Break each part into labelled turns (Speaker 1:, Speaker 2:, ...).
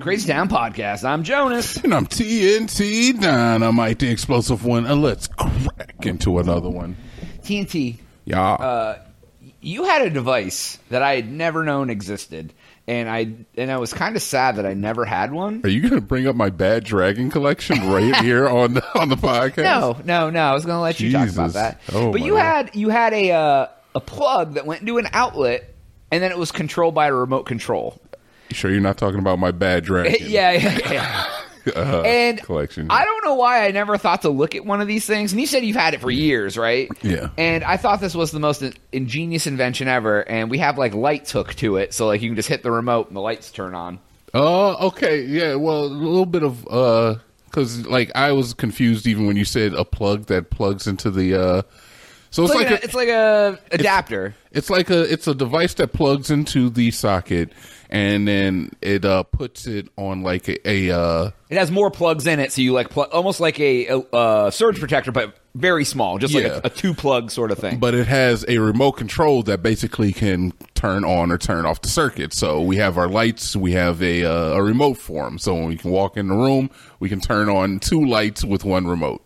Speaker 1: Crazy Town Podcast. I'm Jonas.
Speaker 2: And I'm TNT Dynamite, the explosive one. And let's crack into another one.
Speaker 1: TNT,
Speaker 2: Yeah.
Speaker 1: Uh, you had a device that I had never known existed, and I and I was kind of sad that I never had one.
Speaker 2: Are you going to bring up my bad dragon collection right here on the on the podcast?
Speaker 1: No, no, no. I was going to let you talk about
Speaker 2: Jesus.
Speaker 1: that.
Speaker 2: Oh,
Speaker 1: but
Speaker 2: my
Speaker 1: you
Speaker 2: God.
Speaker 1: had you had a uh, a plug that went into an outlet, and then it was controlled by a remote control.
Speaker 2: You sure you're not talking about my bad dragon?
Speaker 1: yeah, yeah, yeah.
Speaker 2: uh,
Speaker 1: And
Speaker 2: collection.
Speaker 1: I don't know why I never thought to look at one of these things. And you said you've had it for years, right?
Speaker 2: Yeah.
Speaker 1: And I thought this was the most in- ingenious invention ever. And we have like lights hooked to it, so like you can just hit the remote and the lights turn on.
Speaker 2: Oh, okay. Yeah. Well, a little bit of uh, because like I was confused even when you said a plug that plugs into the uh. So it's
Speaker 1: It's
Speaker 2: like
Speaker 1: like,
Speaker 2: a,
Speaker 1: a, it's like a adapter.
Speaker 2: It's like a it's a device that plugs into the socket and then it uh puts it on like a, a uh
Speaker 1: It has more plugs in it, so you like plug almost like a, a, uh surge protector, but very small, just
Speaker 2: Yeah.
Speaker 1: like a, a two plug sort of thing.
Speaker 2: but it has a remote control that basically can turn on or turn off the circuit. So we have our lights, we have a uh, a remote for 'em. So when we can walk in the room, we can turn on two lights with one remote.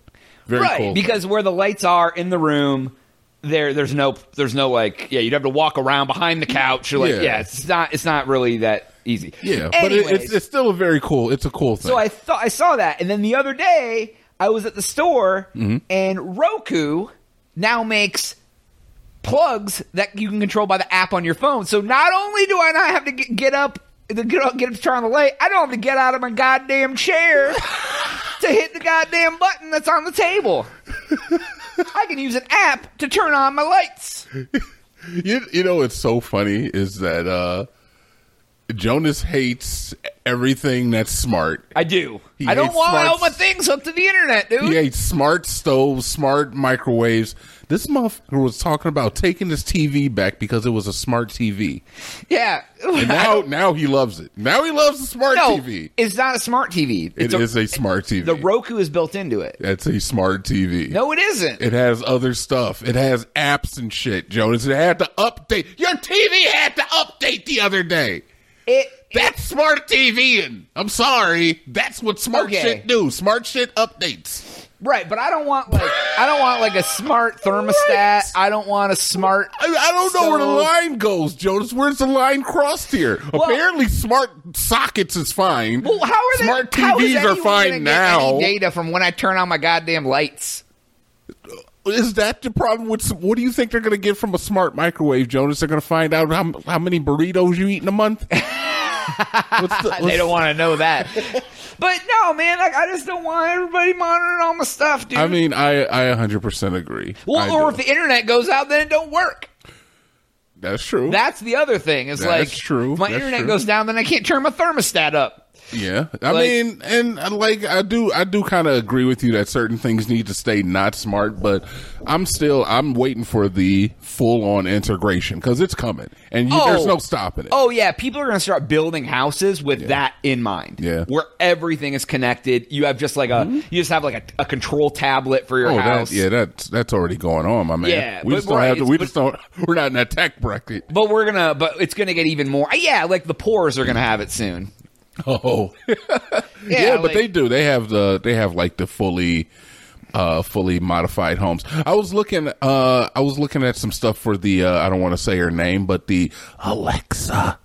Speaker 2: Very
Speaker 1: right,
Speaker 2: cool.
Speaker 1: because where the lights are in the room, there there's no there's no like yeah you'd have to walk around behind the couch or like
Speaker 2: Yeah.
Speaker 1: yeah, it's not it's not really that easy.
Speaker 2: yeah, but it,
Speaker 1: Anyways.
Speaker 2: it's, it's still a very cool. It's a cool thing.
Speaker 1: So I thought I saw that, and then the other day I was at the store,
Speaker 2: Mm-hmm.
Speaker 1: and Roku now makes plugs that you can control by the app on your phone. So not only do I not have to get, get up, to get up, get up to turn on the light, I don't have to get out of my goddamn chair to hit the goddamn button that's on the table. I can use an app to turn on my lights.
Speaker 2: You, you know what's so funny is that uh, Jonas hates everything that's smart.
Speaker 1: I do.
Speaker 2: He
Speaker 1: I don't
Speaker 2: hates
Speaker 1: want all
Speaker 2: smarts.
Speaker 1: my things hooked to the internet, dude.
Speaker 2: He hates smart stoves, smart microwaves. This motherfucker was talking about taking his TV back because it was a smart TV.
Speaker 1: Yeah.
Speaker 2: And now, now he loves it. Now he loves the smart
Speaker 1: no,
Speaker 2: TV.
Speaker 1: it's not a smart TV.
Speaker 2: It
Speaker 1: It's a-
Speaker 2: is a, smart TV.
Speaker 1: The Roku is built into it.
Speaker 2: That's a smart TV.
Speaker 1: No, it isn't.
Speaker 2: It has other stuff. It has apps and shit, Jonas. It had to update. Your TV had to update the other day.
Speaker 1: It
Speaker 2: That's smart TV. And I'm sorry. That's what smart
Speaker 1: Okay.
Speaker 2: shit do. Smart shit updates.
Speaker 1: right, but I don't want like I don't want like a smart thermostat. I don't want a smart.
Speaker 2: I, I don't know where the
Speaker 1: So-
Speaker 2: line goes, Jonas. Where's the line crossed here? Apparently, smart sockets is fine.
Speaker 1: Well, how are they,
Speaker 2: smart
Speaker 1: how is
Speaker 2: TVs are
Speaker 1: anyone gonna
Speaker 2: fine
Speaker 1: get
Speaker 2: now?
Speaker 1: Any data from when I turn on my goddamn lights.
Speaker 2: Is that the problem with? Some, what do you think they're going to get from a smart microwave, Jonas? They're going to find out how, how many burritos you eat in a month. what's the,
Speaker 1: They
Speaker 2: what's-
Speaker 1: don't want to know that. Uh, but no, man, like I just don't want everybody monitoring all my stuff, dude.
Speaker 2: I mean, I I 100% agree.
Speaker 1: well,
Speaker 2: I
Speaker 1: or
Speaker 2: do.
Speaker 1: if the internet goes out, then it don't work.
Speaker 2: that's true.
Speaker 1: That's the other thing. Is
Speaker 2: That's
Speaker 1: like
Speaker 2: true.
Speaker 1: If my
Speaker 2: That's
Speaker 1: internet
Speaker 2: true.
Speaker 1: goes down, then I can't turn my thermostat up.
Speaker 2: Yeah, I
Speaker 1: Like-
Speaker 2: mean, and uh, like I do, I do kind of agree with you that certain things need to stay not smart, but I'm still I'm waiting for the full on integration because it's coming, and you, there's
Speaker 1: Oh.
Speaker 2: no stopping it.
Speaker 1: Oh yeah, people are going to start building houses with that in mind.
Speaker 2: Yeah. Mm-hmm.
Speaker 1: where everything is connected. You have just like a you just have like a, a control tablet for your
Speaker 2: Oh,
Speaker 1: house.
Speaker 2: that, yeah, that's that's already going on, my man.
Speaker 1: Yeah,
Speaker 2: we
Speaker 1: but
Speaker 2: just don't
Speaker 1: right,
Speaker 2: have to.
Speaker 1: it's-
Speaker 2: We
Speaker 1: but-
Speaker 2: just don't. We're not in that tech bracket.
Speaker 1: But we're gonna, but it's gonna get even more. Yeah, like the pores are gonna have it soon.
Speaker 2: Oh,
Speaker 1: Yeah,
Speaker 2: yeah, but
Speaker 1: like-
Speaker 2: they do. They have the they have like the fully uh fully modified homes. I was looking uh I was looking at some stuff for the uh I don't want to say her name, but the Alexa.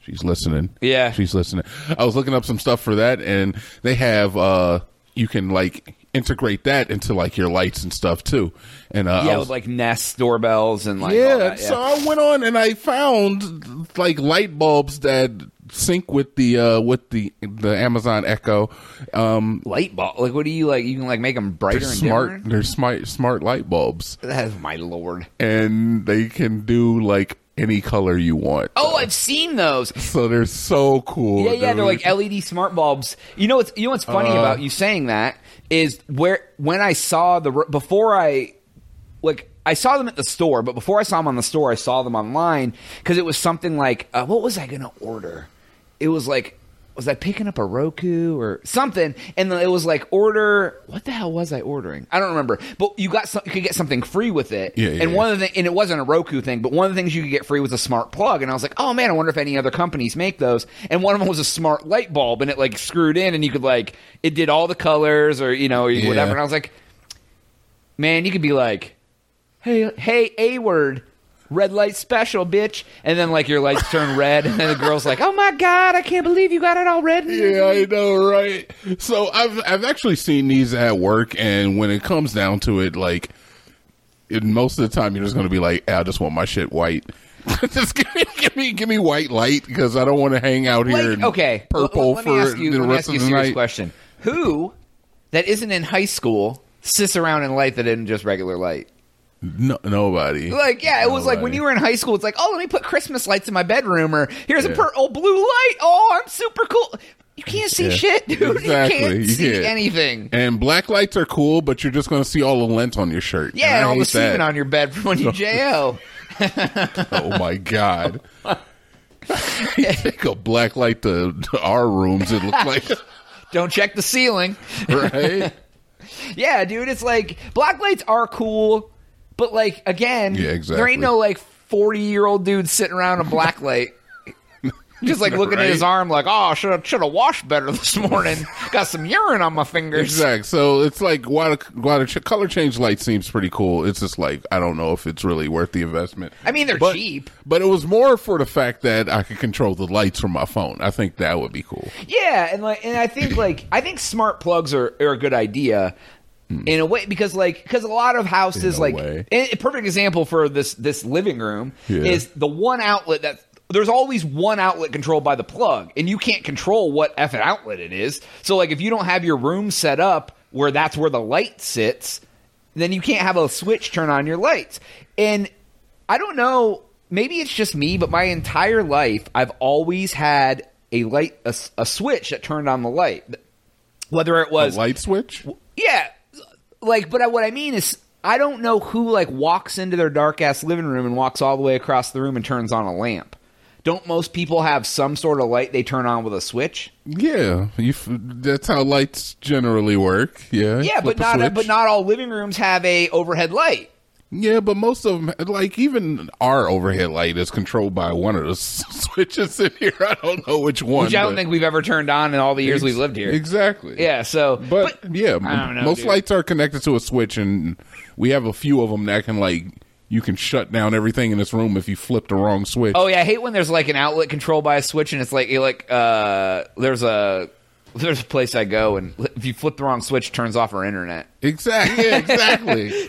Speaker 2: She's listening.
Speaker 1: Yeah.
Speaker 2: She's listening. I was looking up some stuff for that and they have uh you can like integrate that into like your lights and stuff too. And uh I
Speaker 1: Yeah,
Speaker 2: was-
Speaker 1: with like Nest doorbells and like
Speaker 2: yeah,
Speaker 1: all that,
Speaker 2: so I went on and I found like light bulbs that sync with the uh with the the Amazon Echo. Um
Speaker 1: light bulb. Like, what do you like? You can like make them brighter
Speaker 2: they're
Speaker 1: and
Speaker 2: smart
Speaker 1: dimmer?
Speaker 2: they're smart smart light bulbs
Speaker 1: That is my lord.
Speaker 2: and they can do like any color you want.
Speaker 1: Oh, I've seen those.
Speaker 2: So they're so cool.
Speaker 1: Yeah, yeah,
Speaker 2: dude.
Speaker 1: they're like LED smart bulbs. You know what's you know what's funny
Speaker 2: Uh-huh.
Speaker 1: about you saying that is where when I saw the before I like I saw them at the store, but before I saw them on the store, I saw them online because it was something like uh, what was I going to order? It was like was I picking up a Roku or something? And then it was like order. What the hell was I ordering? I don't remember. But you got some, you could get something free with it.
Speaker 2: Yeah, yeah,
Speaker 1: and one
Speaker 2: yeah.
Speaker 1: of the and it wasn't a Roku thing, but one of the things you could get free was a smart plug. And I was like, oh man, I wonder if any other companies make those. And one of them was a smart light bulb, and it like screwed in, and you could like it did all the colors or you know or
Speaker 2: Yeah.
Speaker 1: whatever. And I was like, man, you could be like, hey, hey, a word, red light special, bitch, and then like your lights turn red, and then the girl's like, oh my god, I can't believe you got it all red.
Speaker 2: Yeah, I know, right? So I've I've actually seen these at work, and when it comes down to it, like it, most of the time, you're just going to be like, "Ah, I just want my shit white. just give me, give me, give me white light because I don't want to hang out here.
Speaker 1: Like,
Speaker 2: in
Speaker 1: okay,
Speaker 2: purple
Speaker 1: Let, let me
Speaker 2: for
Speaker 1: ask you,
Speaker 2: the
Speaker 1: let me
Speaker 2: rest
Speaker 1: ask you
Speaker 2: of
Speaker 1: a
Speaker 2: the
Speaker 1: serious
Speaker 2: night.
Speaker 1: question: Who that isn't in high school sits around in light that isn't just regular light?
Speaker 2: No, nobody.
Speaker 1: Like, yeah, it was like when
Speaker 2: Nobody.
Speaker 1: you were in high school, it's like, oh, let me put Christmas lights in my bedroom, or here's a
Speaker 2: Yeah.
Speaker 1: purple blue light. Oh, I'm super cool. You can't see
Speaker 2: Yeah.
Speaker 1: shit, dude.
Speaker 2: Exactly.
Speaker 1: You can't
Speaker 2: You
Speaker 1: see
Speaker 2: can't.
Speaker 1: anything.
Speaker 2: And black lights are cool, but you're just going to see all the lint on your shirt.
Speaker 1: Yeah, and
Speaker 2: I
Speaker 1: all the
Speaker 2: hate that.
Speaker 1: semen on your bed from when you JO.
Speaker 2: Oh my god! you take a black light to, to our rooms. It looks like
Speaker 1: Don't check the ceiling.
Speaker 2: right.
Speaker 1: Yeah, dude, it's like black lights are cool, but like again,
Speaker 2: Yeah,
Speaker 1: there
Speaker 2: exactly.
Speaker 1: ain't no like forty year old dude sitting around in black light. Just like looking at his
Speaker 2: Right.
Speaker 1: arm, like, oh, should have should have washed better this morning. Got some urine on my fingers.
Speaker 2: Exactly. So it's like why the, why the ch- color change light seems pretty cool. It's just like I don't know if it's really worth the investment.
Speaker 1: I mean, they're
Speaker 2: But-
Speaker 1: cheap.
Speaker 2: but it was more for the fact that I could control the lights from my phone. I think that would be cool.
Speaker 1: Yeah, and like, and I think like, I think smart plugs are, are a good idea in a way because like, because a lot of houses
Speaker 2: Hmm. a
Speaker 1: like,
Speaker 2: way.
Speaker 1: and a perfect example for this this living room
Speaker 2: Yeah.
Speaker 1: is the one outlet that there's always one outlet controlled by the plug, and you can't control what effing outlet it is. So like, if you don't have your room set up where that's where the light sits, then you can't have a switch turn on your lights. And I don't know, maybe it's just me, but my entire life I've always had a light a, s- a switch that turned on the light. Whether it
Speaker 2: A
Speaker 1: was
Speaker 2: light switch.
Speaker 1: yeah, like, but I, what I mean is, I don't know who like walks into their dark ass living room and walks all the way across the room and turns on a lamp. Don't most people have some sort of light they turn on with a switch?
Speaker 2: Yeah, you, f- that's how lights generally work. Yeah,
Speaker 1: Yeah, but
Speaker 2: flip a
Speaker 1: not uh,
Speaker 2: switch.
Speaker 1: but not all living rooms have a overhead light.
Speaker 2: Yeah, but most of them, like even our overhead light, is controlled by one of the s- switches in here. I don't know which one.
Speaker 1: Which I don't
Speaker 2: but-
Speaker 1: think we've ever turned on in all the years we've lived here.
Speaker 2: Exactly.
Speaker 1: Yeah, so
Speaker 2: But, yeah,
Speaker 1: I don't know,
Speaker 2: most
Speaker 1: dude.
Speaker 2: lights are connected to a switch, and we have a few of them that can like you can shut down everything in this room if you flip the wrong switch.
Speaker 1: Oh yeah, I hate when there's like an outlet controlled by a switch, and it's like you like uh, there's a there's a place I go, and if you flip the wrong switch, it turns off our internet.
Speaker 2: Exactly. Yeah, exactly.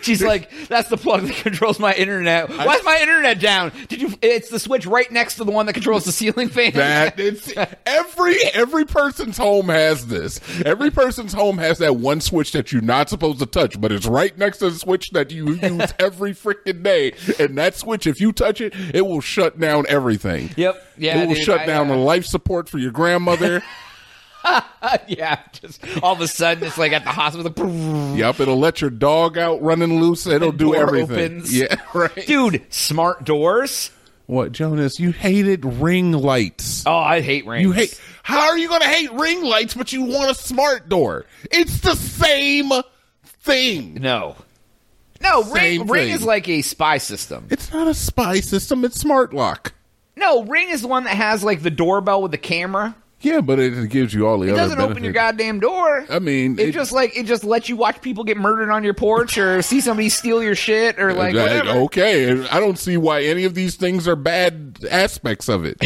Speaker 1: She's like, that's the plug that controls my internet. Why's my internet down? Did you? It's the switch right next to the one that controls the ceiling fan.
Speaker 2: that it's every every person's home has this. Every person's home has that one switch that you're not supposed to touch, but it's right next to the switch that you use every freaking day. And that switch, if you touch it, it will shut down everything.
Speaker 1: Yep. Yeah,
Speaker 2: It will
Speaker 1: dude,
Speaker 2: shut
Speaker 1: I,
Speaker 2: down
Speaker 1: uh,
Speaker 2: the life support for your grandmother.
Speaker 1: yeah, just all of a sudden it's like at the hospital. like,
Speaker 2: yep. It'll let your dog out running loose. It'll do
Speaker 1: door
Speaker 2: everything.
Speaker 1: opens.
Speaker 2: Yeah. Right.
Speaker 1: Dude, smart doors.
Speaker 2: What, Jonas? You hated ring lights.
Speaker 1: Oh, I hate rings.
Speaker 2: You hate. How are you going to hate ring lights, but you want a smart door? It's the same thing.
Speaker 1: No. No, ring,
Speaker 2: Same
Speaker 1: ring
Speaker 2: thing.
Speaker 1: is like a spy system.
Speaker 2: It's not a spy system. It's smart lock.
Speaker 1: No, Ring is the one that has like the doorbell with the camera.
Speaker 2: Yeah, but it gives you all the
Speaker 1: It
Speaker 2: other.
Speaker 1: doesn't open
Speaker 2: benefits.
Speaker 1: your goddamn door.
Speaker 2: I mean,
Speaker 1: it,
Speaker 2: it-
Speaker 1: just like it just lets you watch people get murdered on your porch or see somebody steal your shit or like
Speaker 2: That-
Speaker 1: whatever.
Speaker 2: okay, I don't see why any of these things are bad aspects of it.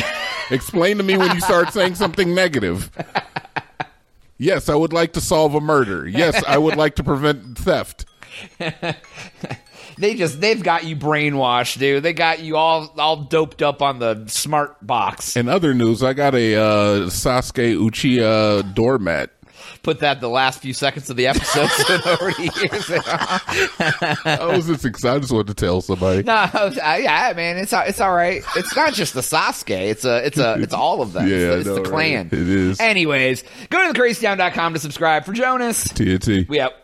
Speaker 2: Explain to me when you start saying something negative. Yes, I would like to solve a murder. Yes, I would like to prevent theft.
Speaker 1: They just they've got you brainwashed, dude. They got you all all doped up on the smart box.
Speaker 2: In other news, I got a uh, Sasuke Uchiha doormat.
Speaker 1: Put that the last few seconds of the episode so it already hears it.
Speaker 2: I was just excited. I just wanted to tell somebody.
Speaker 1: No, I was- I- yeah, man, it's all- it's all right. It's not just the Sasuke. It's a it's a it's all of them.
Speaker 2: Yeah,
Speaker 1: it's
Speaker 2: I
Speaker 1: the, it's
Speaker 2: know,
Speaker 1: the
Speaker 2: right?
Speaker 1: clan.
Speaker 2: It is.
Speaker 1: Anyways, go to thecrazytown.com to subscribe for Jonas.
Speaker 2: TNT.
Speaker 1: We out.